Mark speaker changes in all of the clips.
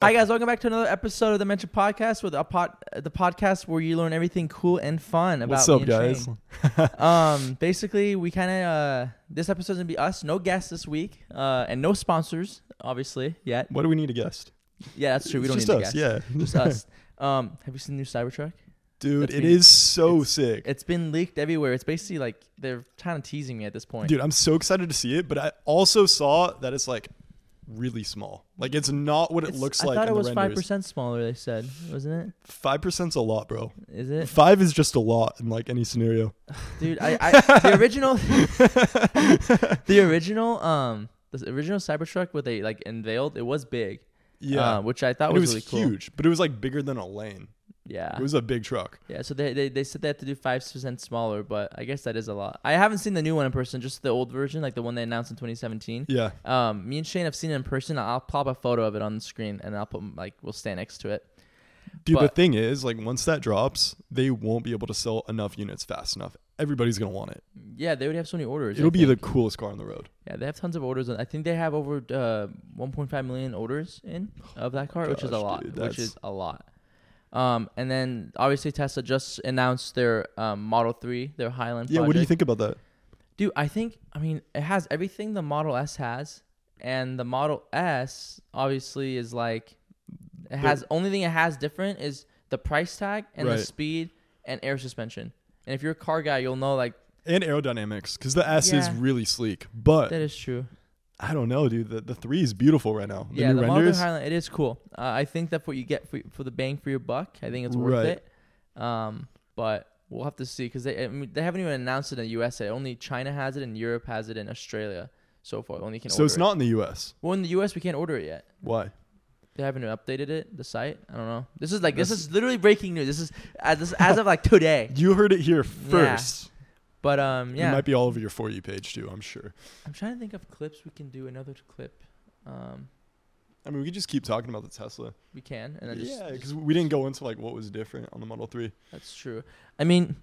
Speaker 1: Hi guys, welcome back to another episode of the Mention Podcast with a pod, the podcast where you learn everything cool and fun about.
Speaker 2: What's up,
Speaker 1: me and
Speaker 2: guys?
Speaker 1: Shane. um, basically, we kind of uh, this episode's gonna be us, no guests this week, uh, and no sponsors, obviously yet.
Speaker 2: What do we need a guest?
Speaker 1: Yeah, that's true. We
Speaker 2: It's
Speaker 1: don't
Speaker 2: just
Speaker 1: need
Speaker 2: us,
Speaker 1: a guest.
Speaker 2: yeah.
Speaker 1: just us. Um, have you seen the new Cybertruck?
Speaker 2: Dude,
Speaker 1: That's
Speaker 2: it
Speaker 1: me.
Speaker 2: is so sick.
Speaker 1: It's been leaked everywhere. It's basically like they're kind of teasing me at this point.
Speaker 2: Dude, I'm so excited to see it, but I also saw that it's like really small. Like it's not what it
Speaker 1: It's-
Speaker 2: looks
Speaker 1: I
Speaker 2: like
Speaker 1: thought
Speaker 2: in
Speaker 1: it was
Speaker 2: the
Speaker 1: five
Speaker 2: renders.
Speaker 1: percent smaller. They said, wasn't
Speaker 2: 5%'s a lot, bro.
Speaker 1: it? Is it,
Speaker 2: 5 is just a lot in like any scenario.
Speaker 1: dude? I, I the original. the original um the original Cybertruck what they like unveiled it was big.
Speaker 2: Yeah.
Speaker 1: uh, which I thought
Speaker 2: And
Speaker 1: was,
Speaker 2: it was
Speaker 1: really cool. Ah.
Speaker 2: huge, but it was like bigger than a lane.
Speaker 1: Yeah.
Speaker 2: It was a big truck.
Speaker 1: yeah, so they, they they said they had to do 5% smaller, but I guess that is a lot. I haven't seen the new one in person, just the old version, like the one they announced in 2017.
Speaker 2: Yeah.
Speaker 1: Um, me and Shane have seen it in person. I'll pop a photo of it on the screen and I'll put like we'll stand next to it.
Speaker 2: Dude, the
Speaker 1: But-
Speaker 2: thing is, like once that drops, they won't be able to sell enough units fast enough. Everybody's going to want it.
Speaker 1: Yeah, they would have so many orders. I
Speaker 2: It'll be the
Speaker 1: think.
Speaker 2: coolest car on the road.
Speaker 1: yeah. They have tons of orders. I think they have over uh 1.5 million orders in of that car, which is a
Speaker 2: Gosh,
Speaker 1: lot.
Speaker 2: dude,
Speaker 1: which
Speaker 2: that's-
Speaker 1: is a lot. Um, and then obviously Tesla just announced their um, Model Three, their Highland.
Speaker 2: Yeah, what do you
Speaker 1: project.
Speaker 2: think about that?
Speaker 1: dude? I think I mean it has everything the Model S has, and the Model S obviously is like it has only thing it has different is the price tag and the
Speaker 2: Right.
Speaker 1: speed and air suspension. And if you're a car guy, you'll know like
Speaker 2: and aerodynamics because the S is
Speaker 1: Yeah.
Speaker 2: really sleek. But
Speaker 1: that is true.
Speaker 2: I don't know, dude. The, the three is beautiful right now. The
Speaker 1: yeah,
Speaker 2: new
Speaker 1: the Model
Speaker 2: renders.
Speaker 1: Three Highland, it is cool. Uh, I think that's what you get for, for the bang for your buck. I think it's worth
Speaker 2: Right.
Speaker 1: it. Um, but we'll have to see because they I mean, they haven't even announced it in the USA. Only China has it, and Europe has it, and Australia so far. Only can
Speaker 2: so
Speaker 1: order
Speaker 2: it's
Speaker 1: it.
Speaker 2: not in the U.S.
Speaker 1: well in the US. We can't order it yet.
Speaker 2: Why?
Speaker 1: They haven't updated it. The site. I don't know. This is like this,
Speaker 2: This-
Speaker 1: is literally breaking news. This is as this, as of like today.
Speaker 2: You heard it here first.
Speaker 1: But um,
Speaker 2: It
Speaker 1: yeah,
Speaker 2: might be all over your for you page too. I'm sure.
Speaker 1: I'm trying to think of clips we can do. Another clip. Um,
Speaker 2: I mean, we could just keep talking about the Tesla.
Speaker 1: we can and then
Speaker 2: Yeah, 'cause
Speaker 1: just,
Speaker 2: yeah,
Speaker 1: just
Speaker 2: because we didn't go into like what was different on the Model Three.
Speaker 1: That's true. I mean,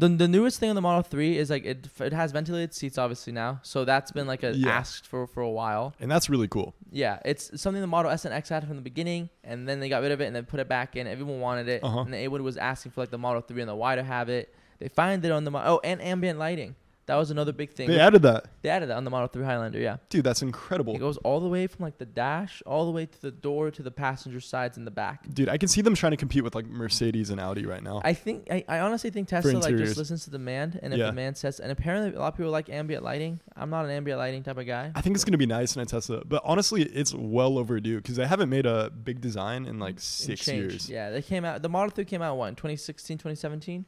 Speaker 1: the the newest thing on the Model Three is like it it has ventilated seats obviously now, so that's been like a
Speaker 2: Yeah.
Speaker 1: asked for for a while.
Speaker 2: And that's really cool.
Speaker 1: Yeah, it's something the Model S and X had from the beginning, and then they got rid of it and then put it back in. Everyone wanted it,
Speaker 2: Uh-huh.
Speaker 1: and Awood was asking for like the Model Three and the Y to have it. They find it on the Mo- oh and ambient lighting. That was another big thing.
Speaker 2: They added that.
Speaker 1: They added that on the Model Three Highlander. Yeah,
Speaker 2: Dude, that's
Speaker 1: it
Speaker 2: incredible.
Speaker 1: goes all the way from like the dash all the way to the door to the passenger sides and the back.
Speaker 2: Dude, I can see them trying to compete with like Mercedes and Audi right now.
Speaker 1: I think I, I honestly think Tesla like just
Speaker 2: interiors.
Speaker 1: listens to demand, and if
Speaker 2: Yeah.
Speaker 1: demand says, and apparently a lot of people like ambient lighting. I'm not an ambient lighting type of guy.
Speaker 2: I think it's going to be nice in a Tesla, but honestly, it's well overdue because they haven't made a big design in like
Speaker 1: It
Speaker 2: six
Speaker 1: changed.
Speaker 2: years.
Speaker 1: Yeah, they came out. The Model Three came out what in 2016, 2017.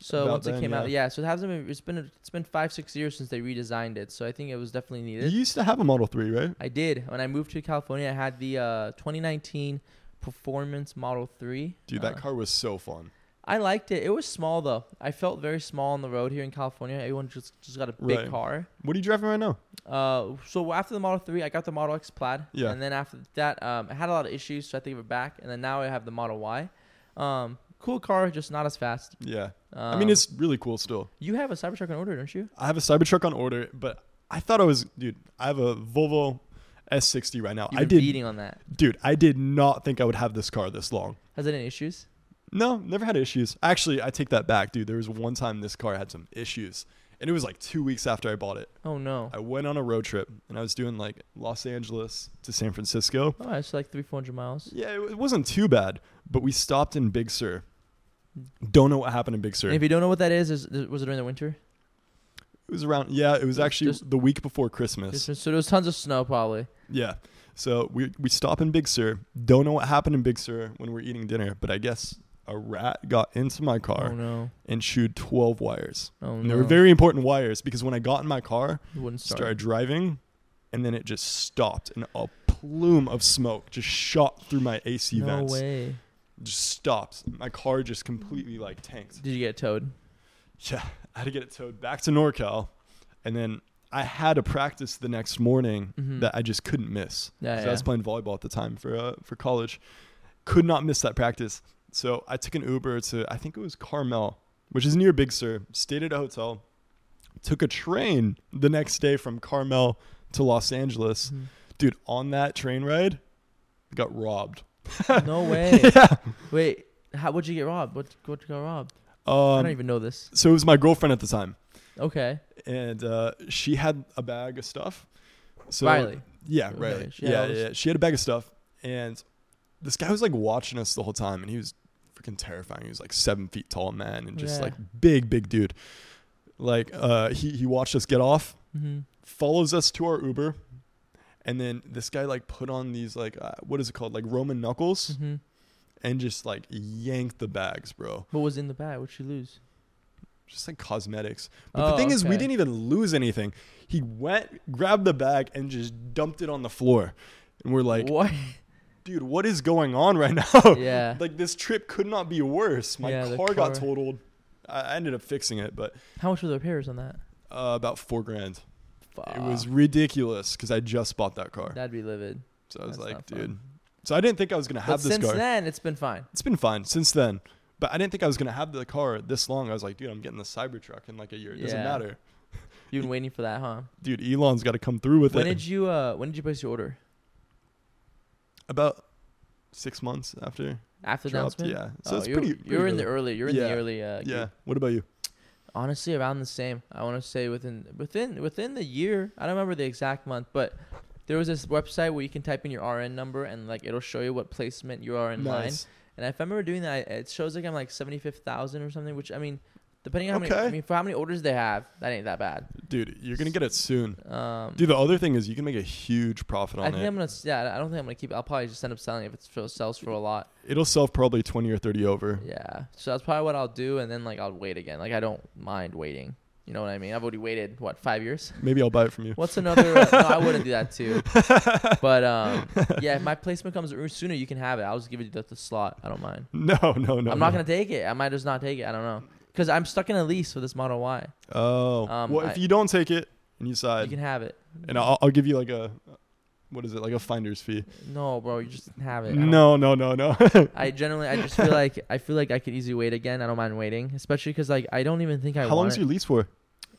Speaker 1: So
Speaker 2: About
Speaker 1: once it
Speaker 2: then,
Speaker 1: came out,
Speaker 2: yeah.
Speaker 1: yeah. So it hasn't been. It's been it's been five six years since they redesigned it. So I think it was definitely
Speaker 2: You
Speaker 1: needed.
Speaker 2: used to have a Model Three, right?
Speaker 1: I did when I moved to California. I had the uh, 2019 Performance Model Three.
Speaker 2: Dude,
Speaker 1: Uh,
Speaker 2: that car was so fun.
Speaker 1: I liked it. It was small though. I felt very small on the road here in California. Everyone just just got a big
Speaker 2: Right.
Speaker 1: car.
Speaker 2: What are you driving right now?
Speaker 1: Uh, so after the Model Three, I got the Model X Plaid.
Speaker 2: Yeah.
Speaker 1: And then after that, um, I had a lot of issues, so I had to give it back. And then now I have the Model Y. Um, cool car, just not as fast.
Speaker 2: Yeah.
Speaker 1: Um,
Speaker 2: I mean, it's really cool still.
Speaker 1: you have a Cybertruck in order, don't you?
Speaker 2: I have a Cybertruck on order, but I thought I was, dude, I have a Volvo S60 right now.
Speaker 1: You've
Speaker 2: I
Speaker 1: been
Speaker 2: did,
Speaker 1: beating on that.
Speaker 2: dude, I did not think I would have this car this long.
Speaker 1: Has it any issues?
Speaker 2: No, never had issues. Actually, I take that back, dude. There was one time this car had some issues, and it was like two weeks after I bought it.
Speaker 1: Oh no.
Speaker 2: I went on a road trip, and I was doing like Los Angeles to San Francisco.
Speaker 1: Oh, it's like three, four hundred miles.
Speaker 2: Yeah, it wa- it wasn't too bad, but we stopped in Big Sur.
Speaker 1: Hmm.
Speaker 2: Don't know what happened in Big Sur.
Speaker 1: And if you don't know what that is, is was it during the winter?
Speaker 2: It was around, yeah, it was actually
Speaker 1: Just-
Speaker 2: the week before Christmas.
Speaker 1: Just- So there was tons of snow, probably.
Speaker 2: Yeah. So we we stop in Big Sur. Don't know what happened in Big Sur when we're eating dinner, but I guess a rat got into my car
Speaker 1: Oh no.
Speaker 2: and chewed 12 wires.
Speaker 1: Oh
Speaker 2: And
Speaker 1: no.
Speaker 2: they were very important wires because when I got in my car,
Speaker 1: You wouldn't start.
Speaker 2: started driving, and then it just stopped and a plume of smoke just shot through my AC
Speaker 1: no
Speaker 2: vents.
Speaker 1: way.
Speaker 2: Just stopped. My car just completely like tanked.
Speaker 1: Did you get towed?
Speaker 2: Yeah, I had to get it towed back to NorCal, and then I had a practice the next morning
Speaker 1: Mhm.
Speaker 2: that I just couldn't miss.
Speaker 1: Yeah,
Speaker 2: 'Cause
Speaker 1: yeah.
Speaker 2: I was playing volleyball at the time for uh, for college, could not miss that practice. So I took an Uber to I think it was Carmel, which is near Big Sur. Stayed at a hotel, took a train the next day from Carmel to Los Angeles.
Speaker 1: Mhm.
Speaker 2: Dude, on that train ride, got robbed.
Speaker 1: No way.
Speaker 2: yeah.
Speaker 1: Wait, how would you get robbed? What what got robbed? I don't
Speaker 2: Um,
Speaker 1: even know this.
Speaker 2: so it was my girlfriend at the time,
Speaker 1: Okay,
Speaker 2: and uh, she had a bag of stuff. So
Speaker 1: Riley.
Speaker 2: Yeah,
Speaker 1: Okay,
Speaker 2: Riley.
Speaker 1: she had
Speaker 2: Yeah,
Speaker 1: all this-
Speaker 2: yeah. She had a bag of stuff, and this guy was like watching us the whole time, and he was freaking terrifying. He was like seven feet tall, man, and just
Speaker 1: Yeah.
Speaker 2: like big, big dude. Like uh, he he watched us get off,
Speaker 1: hmm
Speaker 2: follows us to our Uber, and then this guy like put on these like uh, what is it called like Roman knuckles
Speaker 1: hmm
Speaker 2: and just like yanked the bags, bro.
Speaker 1: What was in the bag? What'd she lose?
Speaker 2: Just like cosmetics. But the
Speaker 1: Oh,
Speaker 2: thing is, we
Speaker 1: okay.
Speaker 2: didn't even lose anything. He went, grabbed the bag, and just dumped it on the floor. And we're like,
Speaker 1: what?
Speaker 2: dude, what is going on right now?
Speaker 1: yeah.
Speaker 2: like this trip could not be worse. My
Speaker 1: Yeah, the
Speaker 2: car, got
Speaker 1: car.
Speaker 2: totaled. I I ended up fixing it, but
Speaker 1: How much were the repairs on that?
Speaker 2: uh, about four grand.
Speaker 1: Fuck.
Speaker 2: It was ridiculous because I just bought that car,
Speaker 1: That'd be livid.
Speaker 2: so I was
Speaker 1: that's
Speaker 2: like,
Speaker 1: not fun.
Speaker 2: dude. So I didn't think I was gonna
Speaker 1: But
Speaker 2: have this
Speaker 1: since
Speaker 2: car.
Speaker 1: then, it's been fine.
Speaker 2: it's been fine since then, but I didn't think I was gonna have the car this long. I was like, dude, I'm getting the Cybertruck in like a year. It doesn't
Speaker 1: Yeah.
Speaker 2: matter,
Speaker 1: You've been waiting for that, huh?
Speaker 2: dude. Elon's got to come through with
Speaker 1: When
Speaker 2: it.
Speaker 1: did you uh When did you place your order?
Speaker 2: about six months after
Speaker 1: After the
Speaker 2: dropped,
Speaker 1: announcement.
Speaker 2: yeah. So
Speaker 1: Oh,
Speaker 2: it's
Speaker 1: you're,
Speaker 2: pretty.
Speaker 1: You're
Speaker 2: pretty
Speaker 1: in the
Speaker 2: early.
Speaker 1: early. You're in
Speaker 2: Yeah.
Speaker 1: the early. Uh, group.
Speaker 2: yeah. What about you?
Speaker 1: Honestly, around the same. I want to say within within within the year. I don't remember the exact month, but there was this website where you can type in your RN number and like it'll show you what placement you are in line.
Speaker 2: nice.
Speaker 1: And if I remember doing that, I- it shows like I'm like seventy fifth thousand or something. Which I mean, depending on how many,
Speaker 2: Okay.
Speaker 1: I mean, for how many orders they have, that ain't that bad.
Speaker 2: Dude, you're gonna get it soon.
Speaker 1: Um,
Speaker 2: Dude, the other thing is you can make a huge profit
Speaker 1: I
Speaker 2: on
Speaker 1: think
Speaker 2: it.
Speaker 1: I'm gonna. s- Yeah, I don't think I'm gonna keep. I'll probably just end up selling if it f- sells for a lot.
Speaker 2: It'll sell probably twenty or thirty over.
Speaker 1: Yeah, so that's probably what I'll do, and then like I'll wait again. Like I don't mind waiting. You know what I mean? I've already waited what five years.
Speaker 2: Maybe I'll buy it from you.
Speaker 1: What's another? uh, no, I wouldn't do that too. But um, yeah, if my placement comes r- sooner, you can have it. I'll just give you the, the slot. I don't mind.
Speaker 2: No, no, no.
Speaker 1: I'm not
Speaker 2: no.
Speaker 1: gonna take it. I might just not take it. I don't know. Cause I'm stuck in a lease for this Model Y.
Speaker 2: Oh,
Speaker 1: Um,
Speaker 2: well,
Speaker 1: I-
Speaker 2: if you don't take it and you
Speaker 1: You
Speaker 2: side,
Speaker 1: can have it.
Speaker 2: and I'll, I'll give you like Uh, a, what is it, like a finder's fee?
Speaker 1: No, bro, you just have it. I don't-
Speaker 2: No, no, no, no.
Speaker 1: I generally, I just feel like I feel like I could easily wait again. I don't mind waiting, especially because like I don't even think I
Speaker 2: How
Speaker 1: want
Speaker 2: long's
Speaker 1: it.
Speaker 2: your lease for?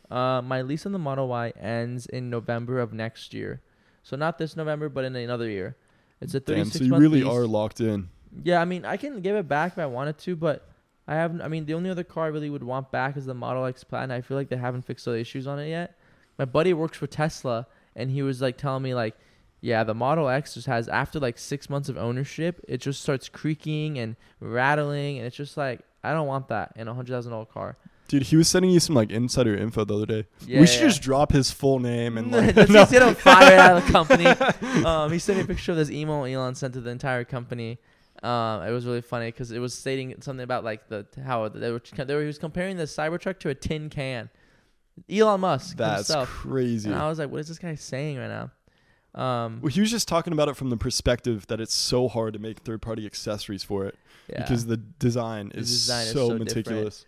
Speaker 1: Uh, my lease on the Model Y ends in November of next year, so not this November, but in another year. It's a
Speaker 2: Damn,
Speaker 1: thirty-six
Speaker 2: so you
Speaker 1: month
Speaker 2: really
Speaker 1: lease.
Speaker 2: are locked in.
Speaker 1: Yeah, I mean, I can give it back if I wanted to, but I haven't. I mean, the only other car I really would want back is the Model X Plaid, and I feel like they haven't fixed all the issues on it yet. My buddy works for Tesla, and he was like telling me like, yeah, the Model X just has after like six months of ownership, it just starts creaking and rattling, and it's just like I don't want that in a hundred thousand dollar car.
Speaker 2: Dude, he was sending you some like insider info the other day.
Speaker 1: Yeah,
Speaker 2: we should
Speaker 1: yeah.
Speaker 2: just drop his full name and like.
Speaker 1: Let's just get him fired out of the company. Um, he sent me a picture of this email Elon sent to the entire company. Um, it was really funny because it was stating something about like the how they were, they were he was comparing the Cybertruck to a tin can. Elon Musk
Speaker 2: That's
Speaker 1: himself.
Speaker 2: crazy.
Speaker 1: And I was like, what is this guy saying right now? Um,
Speaker 2: Well, he was just talking about it from the perspective that it's so hard to make third-party accessories for it.
Speaker 1: yeah.
Speaker 2: because the design
Speaker 1: The
Speaker 2: is
Speaker 1: design is
Speaker 2: so,
Speaker 1: so different.
Speaker 2: meticulous.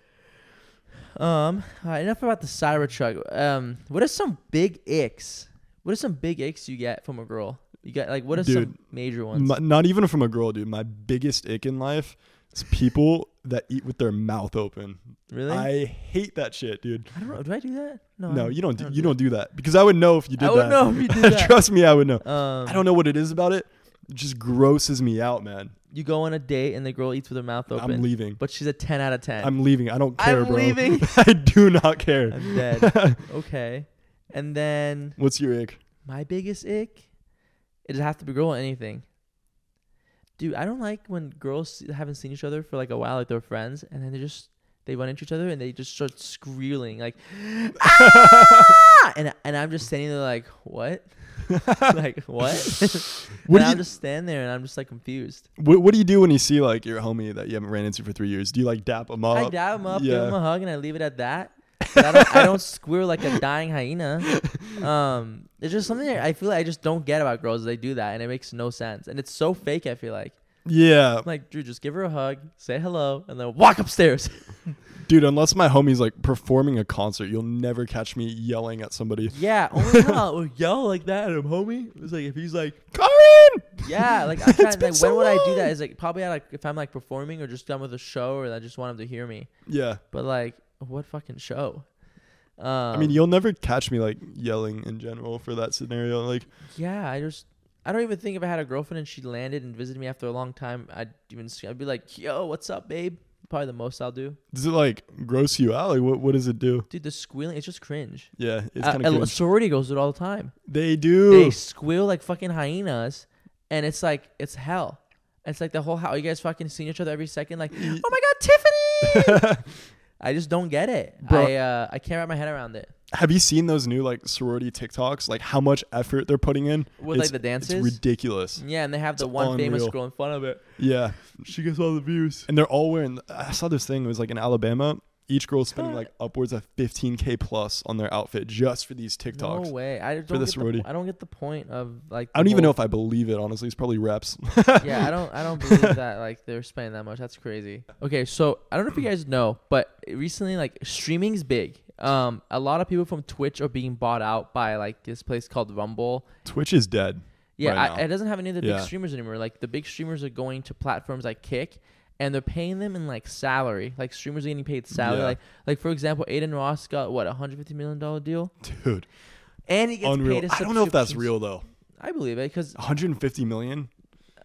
Speaker 1: um, all right, enough about the Cybertruck. Um, what are some big icks? What are some big icks you get from a girl? You got like what are some
Speaker 2: Dude,
Speaker 1: major ones?
Speaker 2: My- not even from a girl, dude. My biggest ick in life is people that eat with their mouth open.
Speaker 1: really? I,
Speaker 2: I hate that shit, dude.
Speaker 1: don't know. Do I do that? No. I
Speaker 2: No, you don't.
Speaker 1: I
Speaker 2: Do, you don't do that because I would know if you
Speaker 1: I
Speaker 2: did
Speaker 1: would
Speaker 2: that.
Speaker 1: know if you did that.
Speaker 2: Trust me, I would know.
Speaker 1: Um,
Speaker 2: I don't know what it is about it. It just grosses me out, man.
Speaker 1: You go on a date and the girl eats with her mouth open,
Speaker 2: I'm leaving.
Speaker 1: but she's a ten out of 10
Speaker 2: I'm leaving. I don't care,
Speaker 1: I'm
Speaker 2: bro.
Speaker 1: leaving.
Speaker 2: I do not care.
Speaker 1: I'm dead. okay, and then
Speaker 2: What's your ick?
Speaker 1: my biggest ick, it doesn't have to be a girl or anything. Dude, I don't like when girls haven't seen each other for like a while, like they're friends, and then they just they run into each other and they just start squealing like, ah! and and I'm just standing there like what, like what? and
Speaker 2: What do
Speaker 1: I'm
Speaker 2: you
Speaker 1: just standing there and I'm just like confused.
Speaker 2: what, what do you do when you see like your homie that you haven't ran into for three years? Do you like dap him up?
Speaker 1: I dab him up,
Speaker 2: Uh, yeah.
Speaker 1: give him a hug, and I leave it at that. But I don't, I don't squeal like a dying hyena. Um, it's just something that I feel like I just don't get about girls. They do that, and it makes no sense. And it's so fake. I feel like
Speaker 2: yeah,
Speaker 1: I'm like, dude, just give her a hug, say hello, and then walk upstairs.
Speaker 2: Dude, unless my homie's like performing a concert, you'll never catch me yelling at somebody.
Speaker 1: yeah, only time I'll yell like that at him, homie. It's like if he's like,
Speaker 2: Karin!
Speaker 1: yeah, like I'm trying,
Speaker 2: It's been
Speaker 1: like
Speaker 2: so
Speaker 1: when would I do that?
Speaker 2: long.
Speaker 1: Is like probably at, like if I'm like performing or just done with a show, or I just want him to hear me.
Speaker 2: Yeah.
Speaker 1: But like, what fucking show? Um,
Speaker 2: I mean, you'll never catch me like yelling in general for that scenario. Like,
Speaker 1: Yeah, I just I don't even think if I had a girlfriend and she landed and visited me after a long time, I'd even I'd be like, "Yo, what's up, babe?" Probably the most I'll do.
Speaker 2: Does it like gross you out? Like what what does it do?
Speaker 1: Dude, the squealing, it's just cringe.
Speaker 2: Yeah, it's
Speaker 1: Uh,
Speaker 2: kind
Speaker 1: a-
Speaker 2: of
Speaker 1: a sorority goes through it all the time.
Speaker 2: They do.
Speaker 1: They squeal like fucking hyenas, and it's like it's hell. It's like the whole how you guys fucking seeing each other every second. Like,
Speaker 2: Ye-
Speaker 1: oh my god, Tiffany! I just don't get it.
Speaker 2: Bro.
Speaker 1: I uh, I can't wrap my head around it.
Speaker 2: Have you seen those new like sorority TikToks? Like how much effort they're putting in
Speaker 1: With, like, the dances?
Speaker 2: It's ridiculous.
Speaker 1: Yeah, and they have the
Speaker 2: It's
Speaker 1: one famous
Speaker 2: unreal.
Speaker 1: girl in front of it.
Speaker 2: Yeah,
Speaker 1: She gets all the views.
Speaker 2: and they're all wearing. I saw this thing. It was like in Alabama. Each girl spending like upwards of 15k plus on their outfit just for these TikToks.
Speaker 1: No way. I don't
Speaker 2: the
Speaker 1: get
Speaker 2: sorority.
Speaker 1: The, I don't get the point of like.
Speaker 2: I don't
Speaker 1: the
Speaker 2: even know
Speaker 1: whole-
Speaker 2: if I believe it. Honestly, it's probably reps.
Speaker 1: yeah, I don't. I don't believe that. Like they're spending that much. That's crazy. Okay, so I don't know if you guys know, but recently, like streaming's big. Um, a lot of people from Twitch are being bought out by like this place called Rumble.
Speaker 2: Twitch is dead.
Speaker 1: Yeah,
Speaker 2: right
Speaker 1: I,
Speaker 2: now.
Speaker 1: it doesn't have any of the
Speaker 2: Yeah.
Speaker 1: big streamers anymore. Like the big streamers are going to platforms like Kick, and they're paying them in like salary. Like streamers are getting paid salary.
Speaker 2: Yeah.
Speaker 1: Like like for example, Aiden Ross got what a hundred fifty million dollar deal,
Speaker 2: dude.
Speaker 1: and he gets
Speaker 2: Unreal.
Speaker 1: paid. A
Speaker 2: I don't know if that's
Speaker 1: subscriptions.
Speaker 2: real though.
Speaker 1: I believe it because
Speaker 2: 150 million,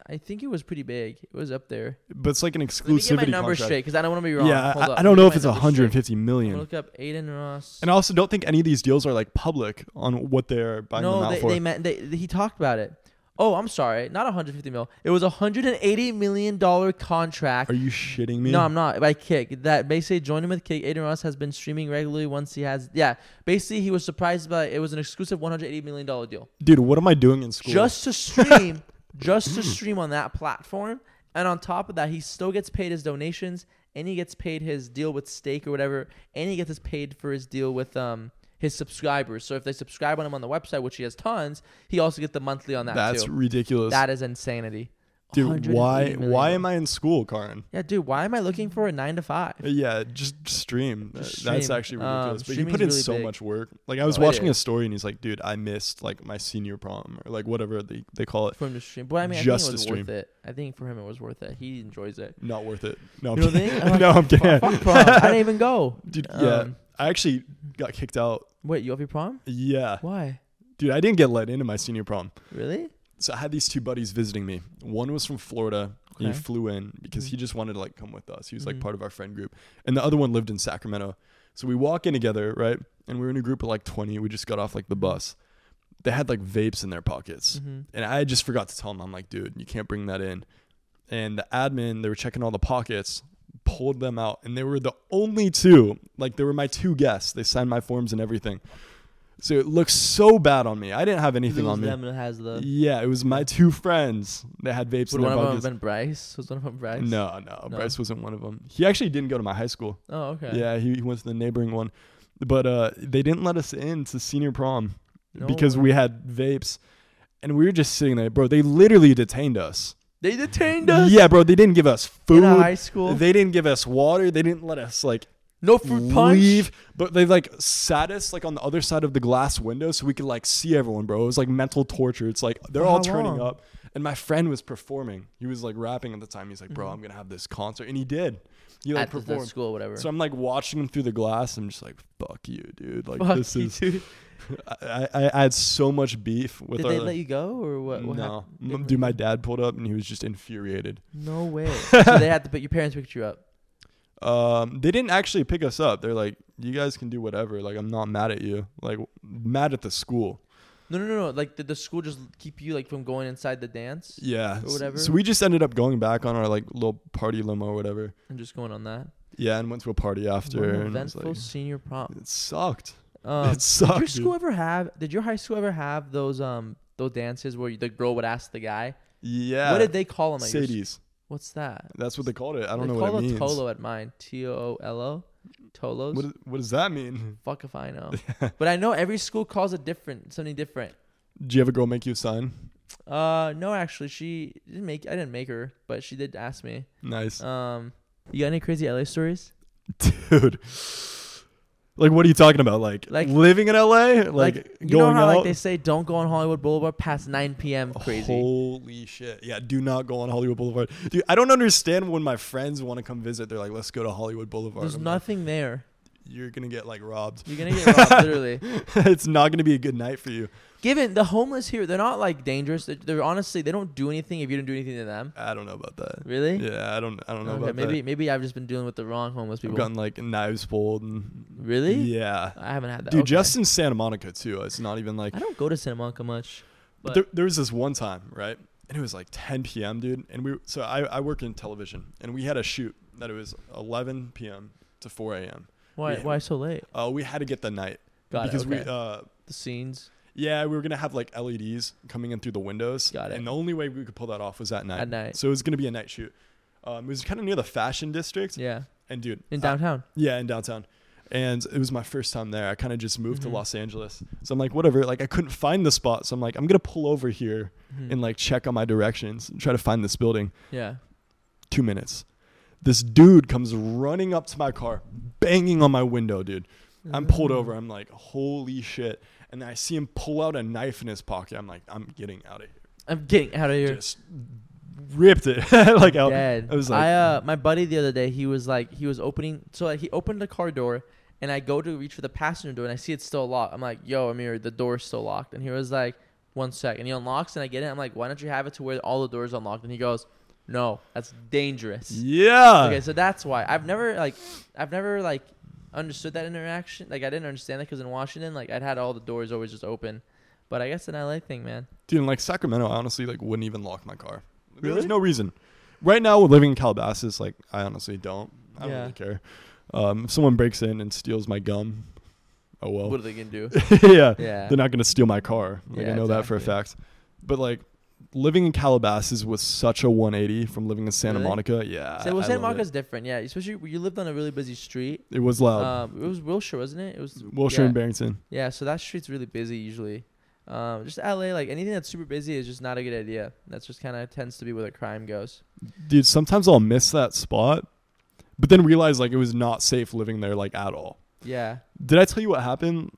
Speaker 1: I think it was pretty big. It was up there.
Speaker 2: but it's like an
Speaker 1: Let me get
Speaker 2: exclusivity
Speaker 1: my numbers
Speaker 2: contract.
Speaker 1: straight because I don't want to be wrong.
Speaker 2: Yeah,
Speaker 1: Hold
Speaker 2: I,
Speaker 1: up.
Speaker 2: I
Speaker 1: Let
Speaker 2: don't
Speaker 1: me
Speaker 2: know
Speaker 1: get
Speaker 2: if
Speaker 1: my
Speaker 2: it's
Speaker 1: numbers straight.
Speaker 2: 150
Speaker 1: I'm gonna
Speaker 2: million.
Speaker 1: look up Aiden Ross.
Speaker 2: And I also don't think any of these deals are like public on what they're buying
Speaker 1: no,
Speaker 2: them out
Speaker 1: they,
Speaker 2: for.
Speaker 1: they meant they, he talked about it. Oh, I'm sorry, not 150 mil. It was a 180 million dollar contract.
Speaker 2: are you shitting me?
Speaker 1: No, I'm not. By Kick, that basically joined him with Kick. Aiden Ross has been streaming regularly once he has. Yeah, basically he was surprised by it was an exclusive 180 million dollar deal
Speaker 2: Dude, what am I doing in school?
Speaker 1: just to stream, just to stream on that platform. And on top of that, he still gets paid his donations, and he gets paid his deal with Stake or whatever, and he gets his paid for his deal with um his subscribers. So if they subscribe on him on the website, which he has tons, he also gets the monthly on that
Speaker 2: That's
Speaker 1: too.
Speaker 2: ridiculous.
Speaker 1: That is insanity.
Speaker 2: Dude, why
Speaker 1: 180 million.
Speaker 2: why am I in school, Karin?
Speaker 1: Yeah, dude, why am I looking for a nine to five?
Speaker 2: Uh, Yeah, just, just stream.
Speaker 1: Just
Speaker 2: That- That's
Speaker 1: stream.
Speaker 2: actually
Speaker 1: Um,
Speaker 2: ridiculous. but you
Speaker 1: streaming's
Speaker 2: put in
Speaker 1: really
Speaker 2: so
Speaker 1: big.
Speaker 2: much work. Like I was
Speaker 1: Oh, it
Speaker 2: watching
Speaker 1: is.
Speaker 2: a story and he's like, "Dude, I missed like my senior prom or like whatever they, they call it.
Speaker 1: For him to stream, but I mean,
Speaker 2: Just
Speaker 1: I think it
Speaker 2: to
Speaker 1: was
Speaker 2: stream.
Speaker 1: worth it. I think for him it was worth it. He enjoys it.
Speaker 2: Not worth it." No,
Speaker 1: You know what
Speaker 2: I'm
Speaker 1: I mean?
Speaker 2: kidding.
Speaker 1: I'm like,
Speaker 2: no, I'm kidding.
Speaker 1: Fuck, fuck prom. I didn't even go.
Speaker 2: Dude, yeah.
Speaker 1: Um,
Speaker 2: I actually got kicked out.
Speaker 1: Wait, you have your prom?
Speaker 2: Yeah.
Speaker 1: Why?
Speaker 2: Dude, I didn't get let into my senior prom.
Speaker 1: Really?
Speaker 2: So I had these two buddies visiting me. One was from Florida. and
Speaker 1: Okay.
Speaker 2: He flew in because he
Speaker 1: Mhm.
Speaker 2: just wanted to like come with us. He was
Speaker 1: Mhm.
Speaker 2: like part of our friend group. And the other one lived in Sacramento. So we walk in together, right? And we were in a group of like 20. We just got off like the bus. They had like vapes in their pockets.
Speaker 1: Mm-hmm.
Speaker 2: And I just forgot to tell them. I'm like, dude, you can't bring that in. And the admin, they were checking all the pockets, pulled them out, and they were the only two. Like, they were my two guests. They signed my forms and everything. So it looks so bad on me. I didn't have anything on me.
Speaker 1: them that has the.
Speaker 2: Yeah, it was my two friends that had vapes
Speaker 1: Would
Speaker 2: in
Speaker 1: one
Speaker 2: their
Speaker 1: of them have
Speaker 2: pockets.
Speaker 1: been Bryce? Was one of them Bryce?
Speaker 2: No, no,
Speaker 1: No.
Speaker 2: Bryce wasn't one of them. He actually didn't go to my high school.
Speaker 1: Oh, okay.
Speaker 2: Yeah, he, he went to the neighboring one, but uh, they didn't let us in to senior prom
Speaker 1: No
Speaker 2: because
Speaker 1: way.
Speaker 2: we had vapes, and we were just sitting there, bro. They literally detained us.
Speaker 1: They detained us
Speaker 2: Yeah, bro. They didn't give us
Speaker 1: in a high
Speaker 2: food.
Speaker 1: school.
Speaker 2: They didn't give us water. They didn't let us like
Speaker 1: no fruit punch.
Speaker 2: leave. But they like sat us like on the other side of the glass window so we could like see everyone, bro. It was like mental torture. It's like they're
Speaker 1: For
Speaker 2: all
Speaker 1: how
Speaker 2: turning
Speaker 1: long?
Speaker 2: up. And my friend was performing. He was like rapping at the time. He's like,
Speaker 1: Mm-hmm.
Speaker 2: bro, I'm gonna have this concert. And he did. He like
Speaker 1: at the- the
Speaker 2: performed.
Speaker 1: school, whatever.
Speaker 2: So I'm like watching him through the glass. I'm just like, fuck you, dude. Like
Speaker 1: Fuck
Speaker 2: this
Speaker 1: you,
Speaker 2: is
Speaker 1: dude.
Speaker 2: I, I, I had so much beef with
Speaker 1: Did
Speaker 2: our
Speaker 1: they let you go or what? what
Speaker 2: no,
Speaker 1: happened?
Speaker 2: M- dude. My dad pulled up and he was just infuriated.
Speaker 1: No way. so they had to put your parents picked you up.
Speaker 2: Um, they didn't actually pick us up. They're like, you guys can do whatever. Like, I'm not mad at you. Like, mad at the school.
Speaker 1: No, no, no, no. Like did the school just keep you like from going inside the dance
Speaker 2: Yeah.
Speaker 1: Or
Speaker 2: s-
Speaker 1: whatever.
Speaker 2: So we just ended up going back on our like little party limo or whatever.
Speaker 1: and just going on that?
Speaker 2: Yeah, and went to a party after.
Speaker 1: What an
Speaker 2: and it, was
Speaker 1: eventful
Speaker 2: like,
Speaker 1: senior prom.
Speaker 2: it sucked.
Speaker 1: Um,
Speaker 2: it sucked.
Speaker 1: Did your
Speaker 2: dude.
Speaker 1: school ever have? Did your high school ever have those um those dances where you, the girl would ask the guy?
Speaker 2: Yeah.
Speaker 1: What did they call them? At your s-
Speaker 2: Sadie's.
Speaker 1: What's that?
Speaker 2: That's what they called it. I don't
Speaker 1: they
Speaker 2: know
Speaker 1: call
Speaker 2: what it means.
Speaker 1: Tolo at mine. T O O L O. Tolos.
Speaker 2: What, is- what does that mean?
Speaker 1: Fuck if I know. but I know every school calls it different, something different.
Speaker 2: Do you have a girl make you sign?
Speaker 1: Uh, no, actually, she didn't make. I didn't make her, but she did ask me.
Speaker 2: Nice,
Speaker 1: Um, you got any crazy LA stories?
Speaker 2: dude. Like, what are you talking about? Like,
Speaker 1: Like-
Speaker 2: living in LA? Like,
Speaker 1: you know
Speaker 2: going
Speaker 1: how
Speaker 2: out?
Speaker 1: like they say, don't go on Hollywood Boulevard past 9 p.m. Crazy.
Speaker 2: Holy shit. Yeah, do not go on Hollywood Boulevard. Dude, I don't understand when my friends want to come visit. They're like, let's go to Hollywood Boulevard.
Speaker 1: There's
Speaker 2: I'm like,
Speaker 1: nothing there.
Speaker 2: you're gonna get like robbed.
Speaker 1: You're gonna get robbed, literally.
Speaker 2: it's not gonna be a good night for you
Speaker 1: Given the homeless here, they're not like dangerous. They're, they're honestly they don't do anything if you don't do anything to them.
Speaker 2: i don't know about that
Speaker 1: Really?
Speaker 2: yeah i don't i don't know
Speaker 1: Okay,
Speaker 2: about
Speaker 1: maybe
Speaker 2: that
Speaker 1: maybe I've just been dealing with the wrong homeless
Speaker 2: i've
Speaker 1: people.
Speaker 2: gotten like knives pulled and
Speaker 1: Really?
Speaker 2: yeah
Speaker 1: I haven't had that.
Speaker 2: dude
Speaker 1: Okay.
Speaker 2: just in santa monica too it's not even like
Speaker 1: I don't go to Santa Monica much.
Speaker 2: But
Speaker 1: But-
Speaker 2: there, there was this one time, right? And it was like 10 p.m., dude. And we, so I, I work in television, and we had a shoot that it was 11 p.m. to 4 a.m.
Speaker 1: Why
Speaker 2: Yeah.
Speaker 1: why so late?
Speaker 2: Uh, we had to get the night
Speaker 1: Got
Speaker 2: because
Speaker 1: it. Okay.
Speaker 2: we, uh,
Speaker 1: the scenes
Speaker 2: yeah, we were gonna have like LEDs coming in through the windows.
Speaker 1: Got it.
Speaker 2: And the only way we could pull that off was at night.
Speaker 1: At night.
Speaker 2: So it was gonna be a night shoot. Um, it was kind of near the fashion district.
Speaker 1: Yeah.
Speaker 2: And dude,
Speaker 1: In
Speaker 2: I-
Speaker 1: downtown.
Speaker 2: yeah, in downtown. And it was my first time there. I kind of just moved
Speaker 1: Mhm.
Speaker 2: to Los Angeles. So I'm like, whatever. Like, I couldn't find the spot. So I'm like, I'm going to pull over here
Speaker 1: Mhm.
Speaker 2: and like check on my directions and try to find this building.
Speaker 1: yeah.
Speaker 2: Two minutes. This dude comes running up to my car, banging on my window, dude. I'm pulled over. I'm like, holy shit. And then I see him pull out a knife in his pocket. I'm like, I'm getting out of here.
Speaker 1: I'm getting out of here.
Speaker 2: Just ripped it. like, out.
Speaker 1: dead.
Speaker 2: I was like, "Mm."
Speaker 1: I uh, my buddy the other day, he was like, he was opening, so like he opened the car door, and I go to reach for the passenger door, and I see it's still locked. I'm like, yo, Amir, the door's still locked, and he was like, one sec, and he unlocks, and I get it. I'm like, why don't you have it to where all the doors unlocked? And he goes, no, that's dangerous.
Speaker 2: yeah.
Speaker 1: Okay, so that's why I've never like, I've never like understood that interaction. Like I didn't understand that because in Washington, like I'd had all the doors always just open, but I guess an LA thing, man.
Speaker 2: Dude, and like Sacramento, I honestly like wouldn't even lock my car. There was
Speaker 1: Really?
Speaker 2: no reason. Right now, living in Calabasas, like I honestly don't. I don't
Speaker 1: Yeah.
Speaker 2: really care. Um, if someone breaks in and steals my gum, oh well.
Speaker 1: What are they gonna do?
Speaker 2: yeah,
Speaker 1: Yeah.
Speaker 2: they're not gonna steal my car. Like, I
Speaker 1: Yeah,
Speaker 2: know that for a fact.
Speaker 1: exactly.
Speaker 2: But like living in Calabasas was such a 180 from living in Santa
Speaker 1: Really?
Speaker 2: Monica. Yeah,
Speaker 1: So,
Speaker 2: I
Speaker 1: well,
Speaker 2: love
Speaker 1: Santa
Speaker 2: it.
Speaker 1: Monica's different, yeah. Especially when you lived on a really busy street.
Speaker 2: It was loud.
Speaker 1: Um, it was Wilshire, wasn't it? It was
Speaker 2: Wilshire
Speaker 1: yeah.
Speaker 2: and Barrington.
Speaker 1: Yeah, so that street's really busy usually. Um, just LA, like anything that's super busy is just not a good idea. That's just kind of tends to be where the crime goes.
Speaker 2: Dude, sometimes I'll miss that spot, but then realize like it was not safe living there like at all.
Speaker 1: Yeah,
Speaker 2: Did I tell you what happened?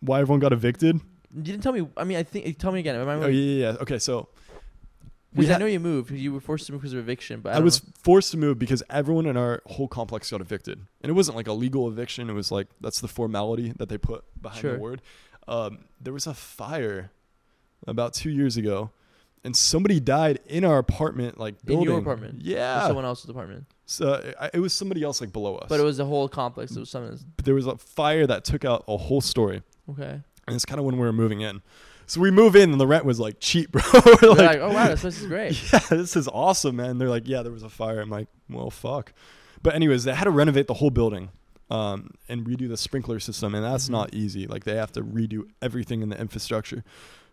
Speaker 2: Why everyone got evicted?
Speaker 1: you didn't tell me. I mean, I think tell me again. Remind
Speaker 2: Oh
Speaker 1: me.
Speaker 2: yeah, yeah. yeah. Okay, so we
Speaker 1: Because I
Speaker 2: had-
Speaker 1: know you moved. You were forced to move because of eviction. But I,
Speaker 2: I,
Speaker 1: don't
Speaker 2: was
Speaker 1: know.
Speaker 2: forced to move because everyone in our whole complex got evicted, and it wasn't like a legal eviction. It was like that's the formality that they put behind
Speaker 1: Sure.
Speaker 2: the word. Um, there was a fire about two years ago, and somebody died in our apartment, like
Speaker 1: In your
Speaker 2: building.
Speaker 1: apartment? Or
Speaker 2: Yeah.
Speaker 1: someone else's apartment.
Speaker 2: So I, it was somebody else like below us.
Speaker 1: But it was the whole complex. It was someone's.
Speaker 2: But there was a fire that took out a whole story,
Speaker 1: Okay.
Speaker 2: and it's kind of when we were moving in. So we move in, and the rent was like cheap, bro. We're
Speaker 1: You're like, oh wow, this place is great.
Speaker 2: yeah, this is awesome, man. They're like, yeah, there was a fire. I'm like, well, fuck. But anyways, they had to renovate the whole building um, and redo the sprinkler system, and that's
Speaker 1: Mhm.
Speaker 2: not easy. Like they have to redo everything in the infrastructure.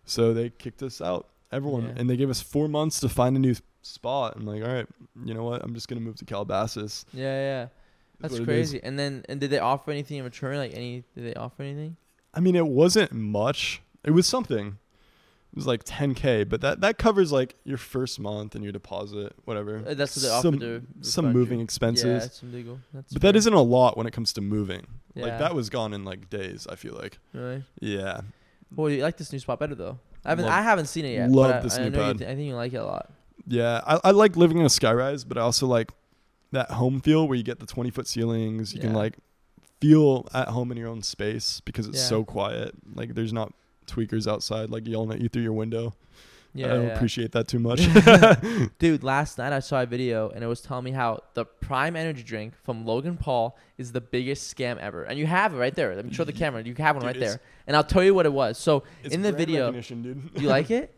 Speaker 2: So they kicked us out, everyone,
Speaker 1: Yeah.
Speaker 2: and they gave us four months to find a new spot. I'm like, all right, you know what? I'm just gonna move to Calabasas.
Speaker 1: Yeah, yeah.
Speaker 2: Is
Speaker 1: That's
Speaker 2: what it is.
Speaker 1: crazy. And then, and did they offer anything in return? Like any? Did they offer anything?
Speaker 2: I mean, it wasn't much. It was something. It was like 10k, but that that covers like your first month and your deposit, whatever.
Speaker 1: Uh, That's what they
Speaker 2: some,
Speaker 1: offered to
Speaker 2: some
Speaker 1: refund you.
Speaker 2: moving expenses.
Speaker 1: Yeah, it's illegal. That's
Speaker 2: But that
Speaker 1: fair.
Speaker 2: isn't a lot when it comes to moving. Like
Speaker 1: Yeah.
Speaker 2: that was gone in like days. I feel like.
Speaker 1: really.
Speaker 2: Yeah.
Speaker 1: Well, you like this new spot better though. I haven't,
Speaker 2: Love-
Speaker 1: I haven't seen it yet.
Speaker 2: love
Speaker 1: but I-
Speaker 2: this
Speaker 1: I,
Speaker 2: new
Speaker 1: know you
Speaker 2: pad.
Speaker 1: thi- I think you like it a lot.
Speaker 2: Yeah. I, I like living in a skyrise, but I also like that home feel where you get the twenty foot ceilings. You can
Speaker 1: Yeah.
Speaker 2: like feel at home in your own space because it's
Speaker 1: Yeah.
Speaker 2: so quiet. Like there's not tweakers outside like yelling at you through your window.
Speaker 1: Yeah,
Speaker 2: I don't
Speaker 1: yeah.
Speaker 2: appreciate that too much.
Speaker 1: dude. Last night I saw a video and it was telling me how the Prime Energy drink from Logan Paul is the biggest scam ever, and you have it right there. Let me show the camera. You have one
Speaker 2: Dude,
Speaker 1: right
Speaker 2: it's-
Speaker 1: there, and I'll tell you what it was. So
Speaker 2: It's
Speaker 1: in the
Speaker 2: brand
Speaker 1: video, do
Speaker 2: recognition, dude.
Speaker 1: you like it?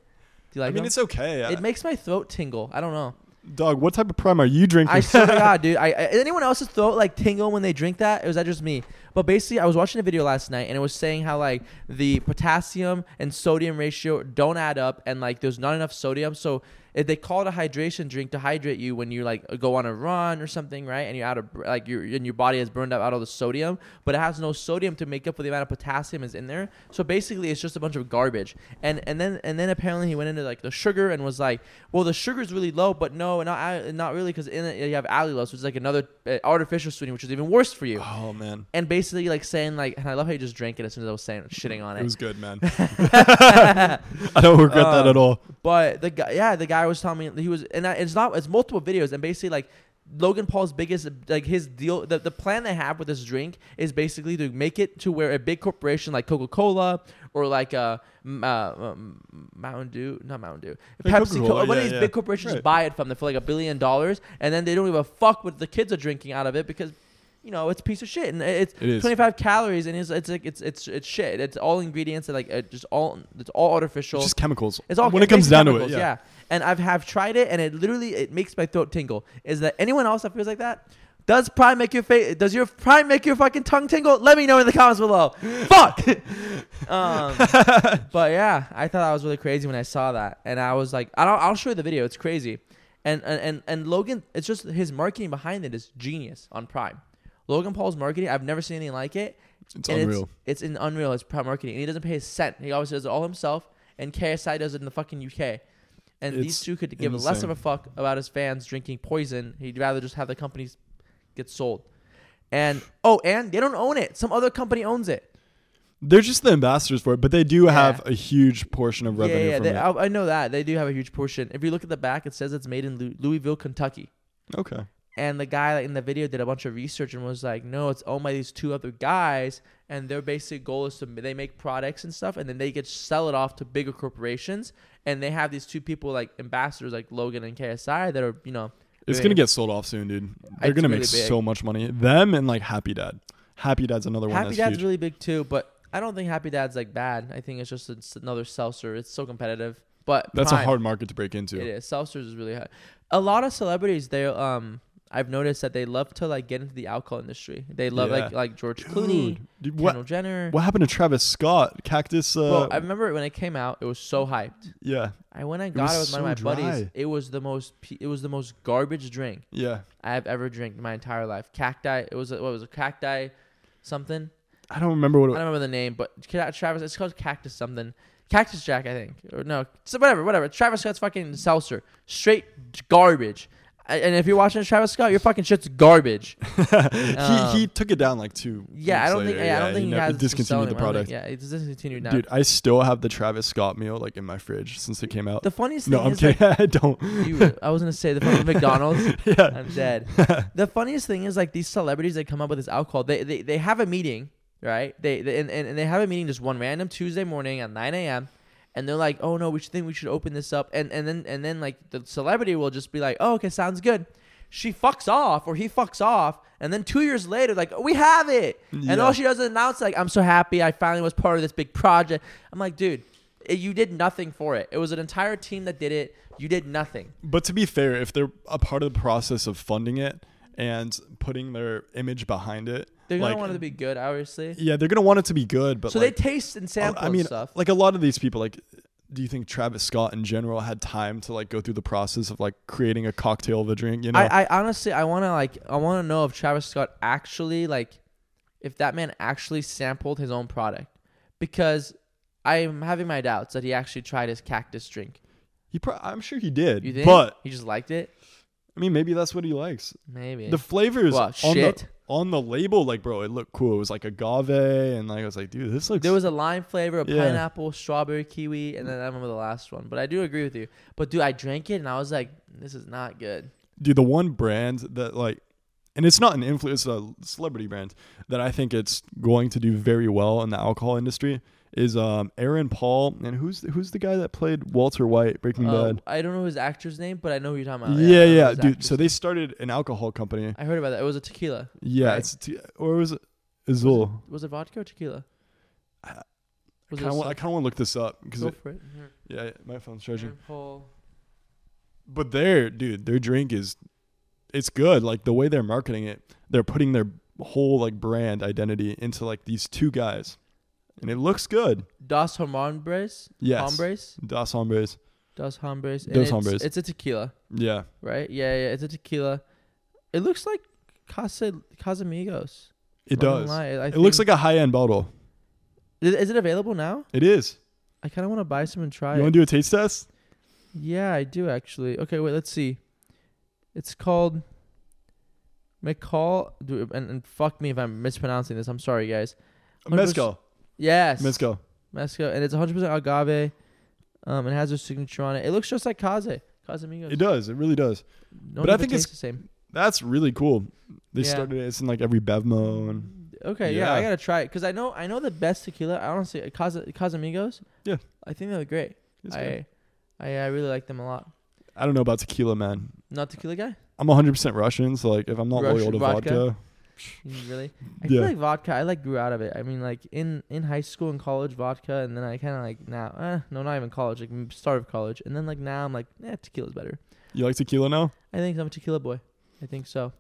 Speaker 1: Do you like
Speaker 2: I mean,
Speaker 1: them?
Speaker 2: it's okay. I-
Speaker 1: It makes my throat tingle. I don't know.
Speaker 2: Dog, what type of prime are you drinking?
Speaker 1: I swear to God, dude. I, I, is anyone else's throat like tingle when they drink that? Or was that just me? But basically, I was watching a video last night and it was saying how like the potassium and sodium ratio don't add up and like there's not enough sodium. So if they call it a hydration drink to hydrate you when you like go on a run or something, right? And you're out of br- like your and your body has burned up out all the sodium, but it has no sodium to make up for the amount of potassium is in there. So basically, it's just a bunch of garbage. And and then and then apparently he went into like the sugar and was like, well, the sugar's really low, but no, not al- not really because in it you have allulose, which is like another uh, artificial sweetener, which is even worse for you.
Speaker 2: Oh man,
Speaker 1: And basically, like saying like, and I love how you just drank it as soon as I was saying shitting on
Speaker 2: it
Speaker 1: it.
Speaker 2: was good, man. I don't regret that
Speaker 1: Um,
Speaker 2: at all.
Speaker 1: But the guy, yeah, the guy was telling me he was, and I, it's not, it's multiple videos, and basically like Logan Paul's biggest like his deal the, the plan they have with this drink is basically to make it to where a big corporation like Coca-Cola or like uh, m- uh, um, Mountain Dew, not Mountain Dew,
Speaker 2: Like
Speaker 1: Pepsi,
Speaker 2: Coca-Cola,
Speaker 1: one of
Speaker 2: yeah,
Speaker 1: these
Speaker 2: yeah.
Speaker 1: big corporations
Speaker 2: Right.
Speaker 1: buy it from them for like a billion dollars and then they don't give a fuck what the kids are drinking out of it because you know, it's a piece of shit and it's
Speaker 2: It is.
Speaker 1: 25 calories and it's it's like it's it's it's shit. It's all ingredients and like uh, just all it's all artificial.
Speaker 2: It's just chemicals.
Speaker 1: It's all
Speaker 2: when it comes
Speaker 1: basically
Speaker 2: down to it.
Speaker 1: chemicals,
Speaker 2: Yeah.
Speaker 1: And I've have tried it, and it literally it makes my throat tingle. Is that anyone else that feels like that? Does Prime make your face? Does your Prime make your fucking tongue tingle? Let me know in the comments below. Fuck. um, but yeah, I thought that was really crazy when I saw that, and I was like, I'll, I'll show you the video. It's crazy, and and and, and Logan, it's just his marketing behind it is genius on Prime. Logan Paul's marketing, I've never seen anything like it.
Speaker 2: It's
Speaker 1: And
Speaker 2: unreal.
Speaker 1: It's, in unreal. It's prime marketing, and he doesn't pay a cent. He always does it all himself, and KSI does it in the fucking UK. And these
Speaker 2: It's
Speaker 1: two could give less of
Speaker 2: insane.
Speaker 1: a fuck about his fans drinking poison. He'd rather just have the companies get sold. And oh, and they don't own it. Some other company owns it.
Speaker 2: They're just the ambassadors for it, but they do
Speaker 1: Yeah.
Speaker 2: have a huge portion of
Speaker 1: Yeah,
Speaker 2: revenue
Speaker 1: yeah. yeah.
Speaker 2: from
Speaker 1: They,
Speaker 2: it.
Speaker 1: I, I know that they do have a huge portion. If you look at the back, it says it's made in Lou- Louisville, Kentucky.
Speaker 2: okay.
Speaker 1: And the guy in the video did a bunch of research and was like, no, it's owned by these two other guys. And their basic goal is to they make products and stuff, and then they get sell it off to bigger corporations. And they have these two people like ambassadors, like Logan and KSI, that are you know.
Speaker 2: It's
Speaker 1: doing-
Speaker 2: gonna get sold off soon, dude. They're
Speaker 1: It's
Speaker 2: gonna
Speaker 1: really
Speaker 2: make
Speaker 1: big.
Speaker 2: so much money. Them and like Happy Dad. Happy Dad's another one
Speaker 1: Happy
Speaker 2: that's
Speaker 1: Dad's
Speaker 2: huge.
Speaker 1: really big too, but I don't think Happy Dad's like bad. I think it's just it's another seltzer. It's so competitive, but
Speaker 2: that's a
Speaker 1: Prime-
Speaker 2: hard market to break into.
Speaker 1: It is. Seltzers is really high. A lot of celebrities, they um, I've noticed that they love to like get into the alcohol industry. They love like
Speaker 2: Yeah.
Speaker 1: like George Clooney,
Speaker 2: Dude, dude,
Speaker 1: Kendall
Speaker 2: what
Speaker 1: Jenner.
Speaker 2: what happened to Travis Scott? Cactus. Uh,
Speaker 1: Bro, I remember when it came out, it was so hyped.
Speaker 2: yeah,
Speaker 1: I went and got it,
Speaker 2: was
Speaker 1: with one of
Speaker 2: so
Speaker 1: my buddies.
Speaker 2: dry.
Speaker 1: It was the most. pe- It was the most garbage drink
Speaker 2: yeah.
Speaker 1: I have ever drank in my entire life. Cacti. It was a, what was it? Cacti, something.
Speaker 2: I don't remember
Speaker 1: I
Speaker 2: what. It,
Speaker 1: don't remember the name, but Ca- Travis. It's called Cactus something. Cactus Jack, I think, or no, so whatever, whatever. Travis Scott's fucking seltzer, straight garbage. I- And if you're watching Travis Scott, your fucking shit's garbage. Um,
Speaker 2: he he took it down like two.
Speaker 1: Yeah, I
Speaker 2: weeks
Speaker 1: don't think.
Speaker 2: later.
Speaker 1: I don't think he,
Speaker 2: never-
Speaker 1: has
Speaker 2: discontinued the product.
Speaker 1: Yeah, it's discontinued now.
Speaker 2: Dude, I still have the Travis Scott meal like in my fridge since it came out.
Speaker 1: the funniest
Speaker 2: no,
Speaker 1: thing
Speaker 2: I'm
Speaker 1: is like,
Speaker 2: kidding. I don't.
Speaker 1: you, I was gonna say the fucking McDonald's.
Speaker 2: yeah.
Speaker 1: I'm dead. The funniest thing is like these celebrities that come up with this alcohol. They they, they have a meeting, right? They, they and, and, and they have a meeting just one random Tuesday morning at 9 a.m. And they're like, oh no, we should think we should open this up. And and then and then like the celebrity will just be like, oh okay, sounds good. She fucks off or he fucks off, and then two years later, like we have it, and
Speaker 2: Yeah.
Speaker 1: all she does is announce like, I'm so happy I finally was part of this big project. I'm like, dude. it- You did nothing for it. It was an entire team that did it. You did nothing.
Speaker 2: But to be fair, if they're a part of the process of funding it and putting their image behind it,
Speaker 1: They're gonna
Speaker 2: like,
Speaker 1: want it to be good, obviously.
Speaker 2: Yeah, they're gonna want it to be good. But
Speaker 1: so
Speaker 2: like,
Speaker 1: they taste and sample
Speaker 2: I mean,
Speaker 1: and stuff.
Speaker 2: like a lot of these people, like, do you think Travis Scott in general had time to like go through the process of like creating a cocktail of a drink? You know,
Speaker 1: I, I honestly, I want to like, I want to know if Travis Scott actually like, if that man actually sampled his own product, because I'm having my doubts that he actually tried his cactus drink.
Speaker 2: he pro- I'm sure he did.
Speaker 1: You think?
Speaker 2: But
Speaker 1: he just liked it,
Speaker 2: I mean, maybe that's what he likes.
Speaker 1: maybe.
Speaker 2: The flavors
Speaker 1: What,
Speaker 2: on
Speaker 1: shit?
Speaker 2: the on the label, like, bro, it looked cool. It was like agave, and like, I was like, dude, this looks.
Speaker 1: there was a lime flavor, a
Speaker 2: Yeah.
Speaker 1: pineapple, strawberry, kiwi, and then I remember the last one. But I do agree with you. But dude, I drank it and I was like, this is not good.
Speaker 2: dude the one brand that like and it's not an influence a celebrity brand that i think it's going to do very well in the alcohol industry is um aaron paul and who's who's the guy that played walter white breaking
Speaker 1: Uh,
Speaker 2: bad
Speaker 1: I don't know his actor's name, but I know who you're talking about. I
Speaker 2: yeah
Speaker 1: know
Speaker 2: yeah
Speaker 1: his
Speaker 2: dude
Speaker 1: actor's
Speaker 2: so they started an alcohol company
Speaker 1: I heard about that. It was a tequila.
Speaker 2: yeah
Speaker 1: Right.
Speaker 2: it's t- or was it azul
Speaker 1: Was it vodka or tequila?
Speaker 2: I-
Speaker 1: Was
Speaker 2: Kinda wa- Uh, i
Speaker 1: it
Speaker 2: kind of want to look this up because
Speaker 1: go for it?
Speaker 2: yeah yeah, my phone's charging
Speaker 1: Aaron Paul.
Speaker 2: but their dude their drink is it's good like the way they're marketing it they're putting their whole like brand identity into like these two guys and it looks good
Speaker 1: Dos Hombres.
Speaker 2: Yes.
Speaker 1: Hombres.
Speaker 2: Dos Hombres.
Speaker 1: Dos Hombres. and
Speaker 2: Dos
Speaker 1: it's-
Speaker 2: Hombres.
Speaker 1: It's a tequila,
Speaker 2: Yeah.
Speaker 1: right? Yeah, yeah. It's a tequila. It looks like Casa Casamigos.
Speaker 2: It
Speaker 1: I'm not gonna
Speaker 2: does.
Speaker 1: lie, I
Speaker 2: It
Speaker 1: think-
Speaker 2: looks like a high end bottle.
Speaker 1: Is, is it available now?
Speaker 2: It is.
Speaker 1: I kind of want to buy some and try
Speaker 2: You
Speaker 1: it.
Speaker 2: want to do a taste test?
Speaker 1: yeah, I do actually. Okay, wait. Let's see. It's called McCall. dude, And, and fuck me if I'm mispronouncing this. I'm sorry, guys. Hundred
Speaker 2: Mezcal.
Speaker 1: Yes.
Speaker 2: Mezcal.
Speaker 1: Mexico, and it's 100% agave. Um, and has her signature on it. It looks just like Kaze. Casamigos.
Speaker 2: It does. It really does.
Speaker 1: No
Speaker 2: but I
Speaker 1: different
Speaker 2: think it's-
Speaker 1: tastes the same.
Speaker 2: That's really cool. They
Speaker 1: Yeah.
Speaker 2: started it. It's in like every Bevmo and
Speaker 1: Okay, yeah, I
Speaker 2: Yeah.
Speaker 1: gotta try it because I know I know the best tequila. I honestly, Cas- Casamigos.
Speaker 2: Yeah.
Speaker 1: I think they're great.
Speaker 2: it's good.
Speaker 1: I, I I really like them a lot.
Speaker 2: I don't know about tequila, man.
Speaker 1: Not tequila guy.
Speaker 2: I'm 100% Russian, so like if I'm not
Speaker 1: Russian
Speaker 2: loyal to
Speaker 1: vodka?
Speaker 2: vodka,
Speaker 1: Really, I feel
Speaker 2: Yeah.
Speaker 1: like vodka. I like grew out of it. I mean, like in in high school and college, vodka, and then I kind of like now, eh, no, not even college, like m- start of college, and then like now I'm like, eh, tequila's better.
Speaker 2: you like tequila now?
Speaker 1: I think I'm a tequila boy. I think so.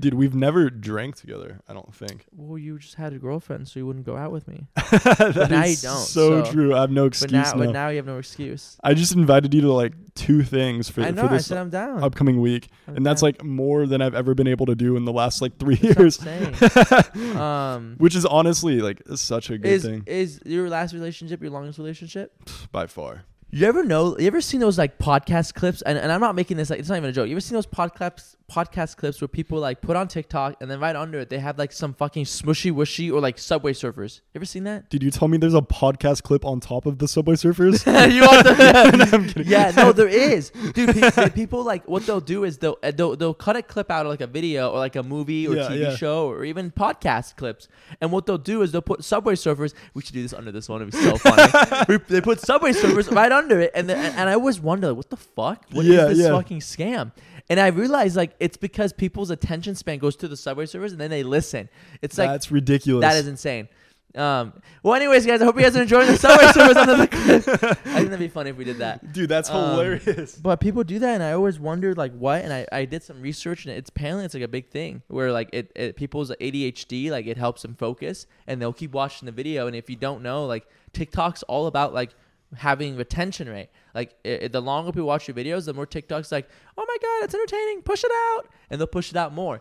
Speaker 2: Dude, we've never drank together, I don't think.
Speaker 1: Well, you just had a girlfriend, so you wouldn't go out with me.
Speaker 2: That
Speaker 1: now you
Speaker 2: is
Speaker 1: don't,
Speaker 2: So,
Speaker 1: so-
Speaker 2: true. I have no
Speaker 1: But
Speaker 2: excuse
Speaker 1: now,
Speaker 2: now.
Speaker 1: but now you have no excuse.
Speaker 2: I just invited you to like two things for,
Speaker 1: I know.
Speaker 2: for
Speaker 1: I
Speaker 2: this
Speaker 1: said I'm down.
Speaker 2: upcoming week,
Speaker 1: I'm
Speaker 2: and that's
Speaker 1: down.
Speaker 2: like more than I've ever been able to do in the last like three
Speaker 1: That's
Speaker 2: years,
Speaker 1: what I'm saying. um,
Speaker 2: which is honestly like such a good
Speaker 1: is
Speaker 2: thing
Speaker 1: is your last relationship your longest relationship?
Speaker 2: by far.
Speaker 1: You ever know? You ever seen those like podcast clips? And, and I'm not making this like it's not even a joke. You ever seen those podcast podcast clips where people like put on TikTok and then right under it they have like some fucking smushy wishy or like Subway Surfers? You ever seen that?
Speaker 2: Did you tell me there's a podcast clip on top of the Subway Surfers?
Speaker 1: you want the yeah no there is dude pe- pe- people like what they'll do is they'll, uh, they'll they'll cut a clip out of like a video or like a movie or
Speaker 2: Yeah,
Speaker 1: tv
Speaker 2: yeah.
Speaker 1: show or even podcast clips and what they'll do is they'll put subway surfers we should do this under this one it'd be so funny We- they put subway surfers right under it and then, and, and i always wonder what the fuck what is
Speaker 2: Yeah,
Speaker 1: this
Speaker 2: yeah.
Speaker 1: fucking scam and i realized like it's because people's attention span goes to the subway surfers and then they listen it's like
Speaker 2: that's ridiculous.
Speaker 1: that is insane. Um, well, anyways, guys, I hope you guys are enjoying the subway surfers under the cliff. I think that'd be funny if we did that.
Speaker 2: dude, that's
Speaker 1: Um,
Speaker 2: hilarious.
Speaker 1: But people do that, and I always wondered like what. And I, I did some research, and it's apparently it's like a big thing where like it, it people's ADHD like it helps them focus, and they'll keep watching the video. And if you don't know, like TikTok's all about like having retention rate. Like i i- the longer people watch your videos, the more TikTok's like, oh my god, it's entertaining, push it out, and they'll push it out more.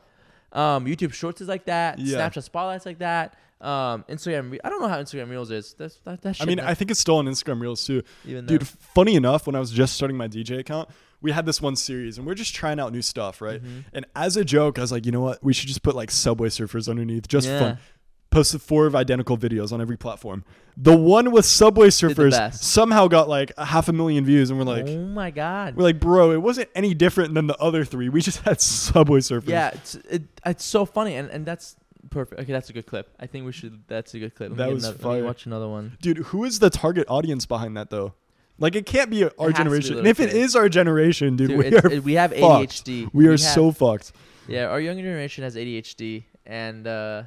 Speaker 1: Um, YouTube Shorts is like that.
Speaker 2: Yeah.
Speaker 1: Snapchat Spotlight's like that. Um, Instagram. Re- I don't know how Instagram Reels is. That's that. that
Speaker 2: I
Speaker 1: shit
Speaker 2: mean,
Speaker 1: not
Speaker 2: I think it's still on Instagram Reels too.
Speaker 1: even
Speaker 2: Dude, funny enough, when I was just starting my DJ account, we had this one series and we are just trying out new stuff, right?
Speaker 1: Mm-hmm.
Speaker 2: And as a joke, I was like, you know what? We should just put like Subway Surfers underneath just for
Speaker 1: Yeah.
Speaker 2: fun. Posted four of identical videos on every platform. The one with Subway Surfers
Speaker 1: best.
Speaker 2: somehow got like a half a million views, and we're
Speaker 1: though.
Speaker 2: like,
Speaker 1: oh my god.
Speaker 2: we're like, bro, it wasn't any different than the other three. We just had Subway Surfers.
Speaker 1: Yeah, it's it, it's so funny, and, and that's perfect. Okay, that's a good clip. I think we should. That's a good clip. Let me
Speaker 2: That
Speaker 1: get
Speaker 2: was
Speaker 1: another, let me
Speaker 2: fire.
Speaker 1: watch another one.
Speaker 2: dude, who is the target audience behind that though? Like, it can't be our
Speaker 1: has to be
Speaker 2: generation.
Speaker 1: little
Speaker 2: and if it
Speaker 1: kids.
Speaker 2: is our generation, dude,
Speaker 1: Dude,
Speaker 2: we
Speaker 1: it's-
Speaker 2: are
Speaker 1: it- we have
Speaker 2: fucked.
Speaker 1: ADHD.
Speaker 2: we are
Speaker 1: have-
Speaker 2: so fucked.
Speaker 1: Yeah, our younger generation has ADHD, and uh,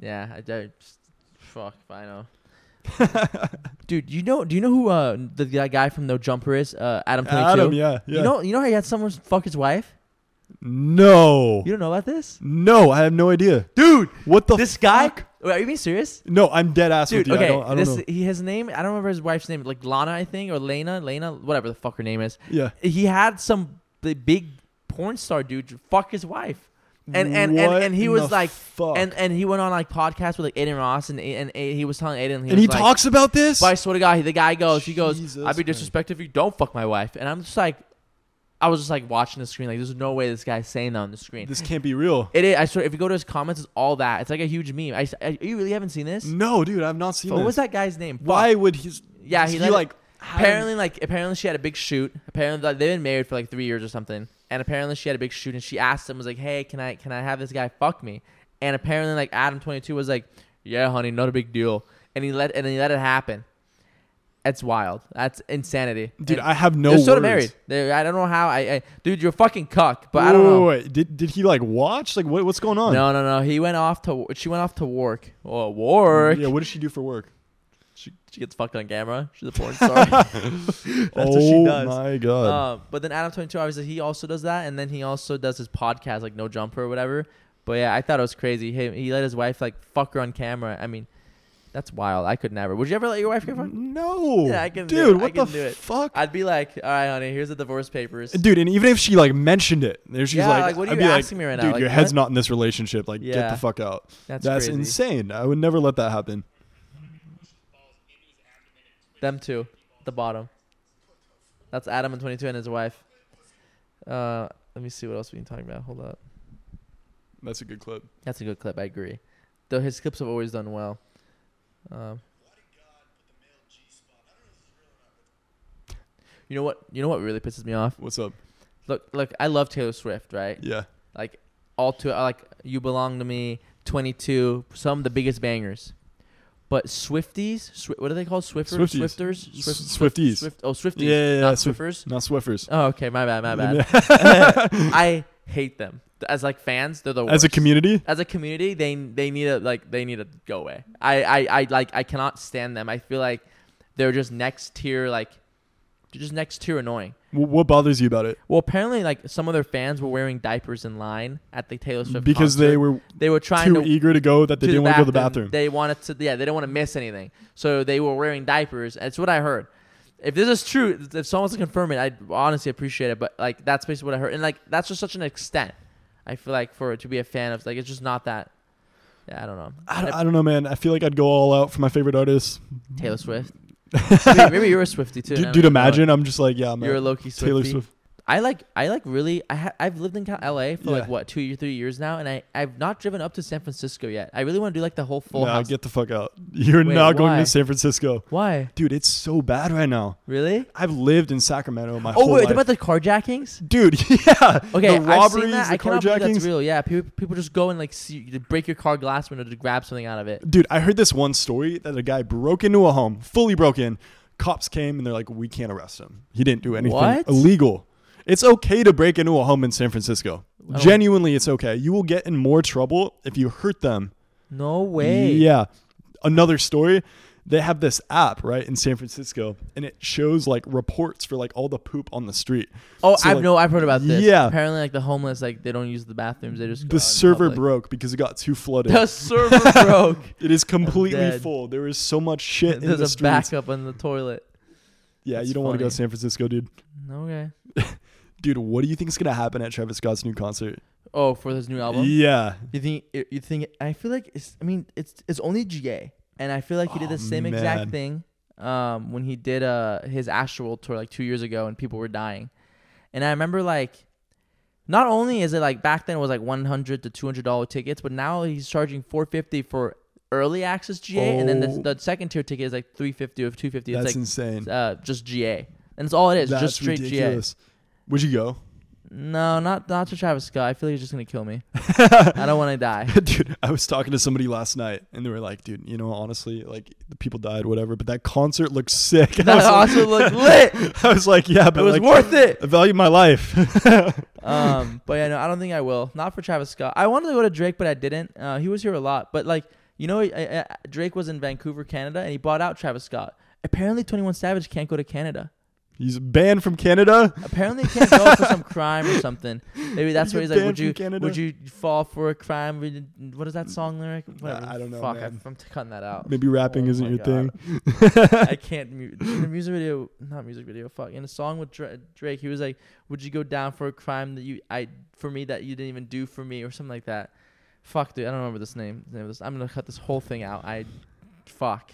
Speaker 1: yeah, I don't. Fuck, if I know. Dude, you know? Do you know who uh, the, the guy from No Jumper is? Uh, Adam Twenty Two.
Speaker 2: Adam, yeah, yeah.
Speaker 1: You know, you know how he had someone fuck his wife.
Speaker 2: No.
Speaker 1: You don't know about this,
Speaker 2: No, I have no idea. Dude, what the
Speaker 1: This guy?
Speaker 2: fuck?
Speaker 1: Wait, are you being serious?
Speaker 2: No, I'm dead ass
Speaker 1: Dude,
Speaker 2: with you.
Speaker 1: okay,
Speaker 2: I don't, I don't
Speaker 1: this
Speaker 2: know.
Speaker 1: he his name. I don't remember his wife's name, like Lana, I think, or Lena, Lena, whatever the fuck her name is.
Speaker 2: Yeah.
Speaker 1: he had some the big porn star dude fuck his wife. And and,
Speaker 2: What
Speaker 1: and, and he
Speaker 2: in
Speaker 1: was
Speaker 2: the
Speaker 1: like
Speaker 2: fuck?
Speaker 1: and and he went on like podcasts with like Aiden Ross and and, and he was telling Aiden he
Speaker 2: And he
Speaker 1: was like,
Speaker 2: talks about this?
Speaker 1: But I swear to God, he- the guy goes, he goes,
Speaker 2: Jesus
Speaker 1: I'd be
Speaker 2: Christ.
Speaker 1: disrespectful if you don't fuck my wife. And I'm just like, I was just like watching the screen, like there's no way this guy's saying that on the screen.
Speaker 2: This can't be real.
Speaker 1: It is. I swear, if you go to his comments, it's all that. It's like a huge meme. I, I- you really haven't seen this?
Speaker 2: No, dude, I've not seen
Speaker 1: What
Speaker 2: this.
Speaker 1: was that guy's name? Fuck.
Speaker 2: Why would he?
Speaker 1: Yeah, he
Speaker 2: he,
Speaker 1: let it-
Speaker 2: like had-
Speaker 1: apparently like apparently she had a big shoot apparently like, they've been married for like three years or something and apparently she had a big shoot and she asked him was like hey can i can i have this guy fuck me and apparently like adam 22 was like yeah honey not a big deal and he let and he let it happen that's wild that's insanity
Speaker 2: dude,
Speaker 1: And
Speaker 2: I have no.
Speaker 1: they're sort of
Speaker 2: words.
Speaker 1: married they i don't know how I, I dude you're a fucking cuck but i don't know
Speaker 2: Wait, wait, wait. Did did he like watch? Like what? What's going on?
Speaker 1: no no no he went off to she went off to work oh work
Speaker 2: Yeah. What does she do for work? She,
Speaker 1: she gets fucked on camera she's a porn star
Speaker 2: That's
Speaker 1: what
Speaker 2: oh
Speaker 1: she does.
Speaker 2: my god.
Speaker 1: Uh, but then Adam Twenty Two, obviously, he also does that, and then he also does his podcast, like No Jumper or whatever. But yeah, I thought it was crazy. He he let his wife like fuck her on camera. I mean, that's wild. I could never. Would you ever let your wife get fucked?
Speaker 2: no.
Speaker 1: Uh, Yeah, I can do
Speaker 2: dude,
Speaker 1: it. I
Speaker 2: what
Speaker 1: can
Speaker 2: the
Speaker 1: do it.
Speaker 2: fuck?
Speaker 1: I'd be like, all right, honey, here's the divorce papers.
Speaker 2: Dude, and even if she like mentioned it, there she's
Speaker 1: Yeah,
Speaker 2: like,
Speaker 1: like, what are
Speaker 2: I'd
Speaker 1: you
Speaker 2: be like,
Speaker 1: asking me right now?
Speaker 2: dude,
Speaker 1: Like,
Speaker 2: your head's
Speaker 1: what?"
Speaker 2: not in this relationship. Like, get
Speaker 1: Yeah.
Speaker 2: the fuck out.
Speaker 1: That's,
Speaker 2: That's,
Speaker 1: crazy.
Speaker 2: insane. I would never let that happen.
Speaker 1: Them two, the bottom. That's Adam and Twenty Two and his wife. Uh, let me see what else we can talk about. Hold up.
Speaker 2: That's a good clip.
Speaker 1: That's a good clip. I agree. Though his clips have always done well. Um, you know what? You know what really pisses me off?
Speaker 2: What's up?
Speaker 1: Look, look. I love Taylor Swift, right?
Speaker 2: Yeah,
Speaker 1: Like, all to I like you belong to me 22 some of the biggest bangers but swifties swi- what are they called Swiffer,
Speaker 2: Swifties.
Speaker 1: swifters
Speaker 2: S-
Speaker 1: Swif-
Speaker 2: Swifties.
Speaker 1: Swift- oh swifties
Speaker 2: Yeah, yeah, yeah,
Speaker 1: not
Speaker 2: Swif-
Speaker 1: swiffers
Speaker 2: Not Swiffers.
Speaker 1: oh okay my bad my bad i hate them as like fans they're the worst
Speaker 2: As a community,
Speaker 1: as a community, they they need to like they need to go away. I, I I like I cannot stand them. I feel like they're just next tier like they're just next tier annoying.
Speaker 2: w- what bothers you about it?
Speaker 1: Well, apparently like some of their fans were wearing diapers in line at the Taylor Swift
Speaker 2: Because they
Speaker 1: concert.
Speaker 2: were
Speaker 1: they were trying
Speaker 2: too
Speaker 1: to
Speaker 2: eager to go that they
Speaker 1: to
Speaker 2: didn't want to go to the bathroom.
Speaker 1: They wanted to yeah, they didn't want to miss anything. So they were wearing diapers. That's what I heard. If this is true, if someone wants to confirm it, I'd honestly appreciate it. But like that's basically what I heard. And like that's just such an extent. I feel like for it to be a fan of like it's just not that yeah, I don't know.
Speaker 2: I, don't, I don't know, man. I feel like I'd go all out for my favorite artists.
Speaker 1: Taylor Swift. Maybe- Maybe you're a Swifty too.
Speaker 2: Dude,
Speaker 1: now
Speaker 2: dude,
Speaker 1: that I know it.
Speaker 2: imagine I'm just like, yeah, I'm
Speaker 1: you're a
Speaker 2: out.
Speaker 1: low key
Speaker 2: Taylor
Speaker 1: Swifty.
Speaker 2: Swift.
Speaker 1: I like I like really I ha- I've lived in Cal- LA for
Speaker 2: Yeah.
Speaker 1: like what two year three years now, and I I've not driven up to San Francisco yet. I really want to do like the whole full
Speaker 2: Nah,
Speaker 1: house.
Speaker 2: get the fuck out. You're
Speaker 1: Wait,
Speaker 2: not going
Speaker 1: why?
Speaker 2: to San Francisco,
Speaker 1: Why
Speaker 2: dude. It's so bad right now.
Speaker 1: really?
Speaker 2: I've lived in Sacramento my
Speaker 1: Oh
Speaker 2: whole
Speaker 1: wait,
Speaker 2: life.
Speaker 1: about the carjackings.
Speaker 2: dude, yeah.
Speaker 1: Okay,
Speaker 2: the
Speaker 1: I've
Speaker 2: robberies,
Speaker 1: seen that.
Speaker 2: the
Speaker 1: I cannot believe that's
Speaker 2: carjackings.
Speaker 1: real. Yeah, people, people just go and like see, you break your car glass window to grab something out of it.
Speaker 2: Dude, I heard this one story that a guy broke into a home, fully broke in. Cops came and they're like, "We can't arrest him. He didn't do anything
Speaker 1: What?
Speaker 2: illegal." It's okay to break into a home in San Francisco.
Speaker 1: don't-
Speaker 2: Genuinely, it's okay. You will get in more trouble if you hurt them.
Speaker 1: No way.
Speaker 2: Yeah. Another story. They have this app right in San Francisco, and it shows like reports for like all the poop on the street.
Speaker 1: Oh,
Speaker 2: So,
Speaker 1: I've
Speaker 2: like,
Speaker 1: no. I've heard about this.
Speaker 2: Yeah.
Speaker 1: Apparently, like the homeless, like they don't use the bathrooms. They just go out
Speaker 2: The
Speaker 1: in
Speaker 2: server
Speaker 1: public.
Speaker 2: broke because it got too flooded.
Speaker 1: The server broke.
Speaker 2: it is completely
Speaker 1: dead.
Speaker 2: full. There is so much shit in
Speaker 1: There's
Speaker 2: the
Speaker 1: a
Speaker 2: streets.
Speaker 1: backup on the toilet.
Speaker 2: yeah,
Speaker 1: That's
Speaker 2: you don't want to go to
Speaker 1: funny.
Speaker 2: San Francisco, dude.
Speaker 1: Okay.
Speaker 2: Dude, what do you think is gonna happen at Travis Scott's new concert?
Speaker 1: Oh, for this new album.
Speaker 2: Yeah,
Speaker 1: You think you think I feel like it's I mean it's it's only GA and I feel like he did
Speaker 2: Oh,
Speaker 1: the same
Speaker 2: man.
Speaker 1: exact thing um when he did uh his Astral tour like 2 years ago and people were dying. And I remember like not only is it like back then it was like 100 to 200 dollar tickets but now he's charging 450 for early access GA and then
Speaker 2: Oh.
Speaker 1: the, the second tier ticket is like 350 or 250
Speaker 2: that's
Speaker 1: it's like
Speaker 2: insane.
Speaker 1: uh just GA. And it's all it is,
Speaker 2: that's
Speaker 1: just straight
Speaker 2: ridiculous. Would you go,
Speaker 1: GA. No, not not to Travis Scott. I feel like he's just going to kill me. I don't want to die.
Speaker 2: dude? I was talking to somebody last night, and they were like, "Dude, you know, honestly, like the people died, whatever, but that concert looked sick." And
Speaker 1: That
Speaker 2: I was like-
Speaker 1: also looked lit.
Speaker 2: I was like, "Yeah,
Speaker 1: It
Speaker 2: but
Speaker 1: was
Speaker 2: like,
Speaker 1: worth it.
Speaker 2: I value my life."
Speaker 1: um, but yeah, no, I don't think I will. Not for Travis Scott. I wanted to go to Drake, but I didn't. Uh, he was here a lot, but like you know, I, I, I- Drake was in Vancouver, Canada, and he bought out Travis Scott. Apparently, Twenty One Savage can't go to Canada.
Speaker 2: He's banned from Canada.
Speaker 1: Apparently, he can't go for some crime or something. Maybe that's
Speaker 2: He's
Speaker 1: where he's like,
Speaker 2: banned
Speaker 1: "Would
Speaker 2: from
Speaker 1: you?
Speaker 2: Canada."
Speaker 1: Would you fall for a crime? Would you- What is that song lyric? Whatever.
Speaker 2: I don't know,
Speaker 1: Fuck,
Speaker 2: man.
Speaker 1: I, am cutting that out.
Speaker 2: Maybe rapping
Speaker 1: Oh
Speaker 2: isn't
Speaker 1: my
Speaker 2: your
Speaker 1: God.
Speaker 2: thing.
Speaker 1: I can't mute in a music video, not music video, fuck. In a song with Dra- Drake, he was like, "Would you go down for a crime that you I for me that you didn't even do for me or something like that?" Fuck, dude, I don't remember this name. the name of this- I'm gonna cut this whole thing out. I, fuck.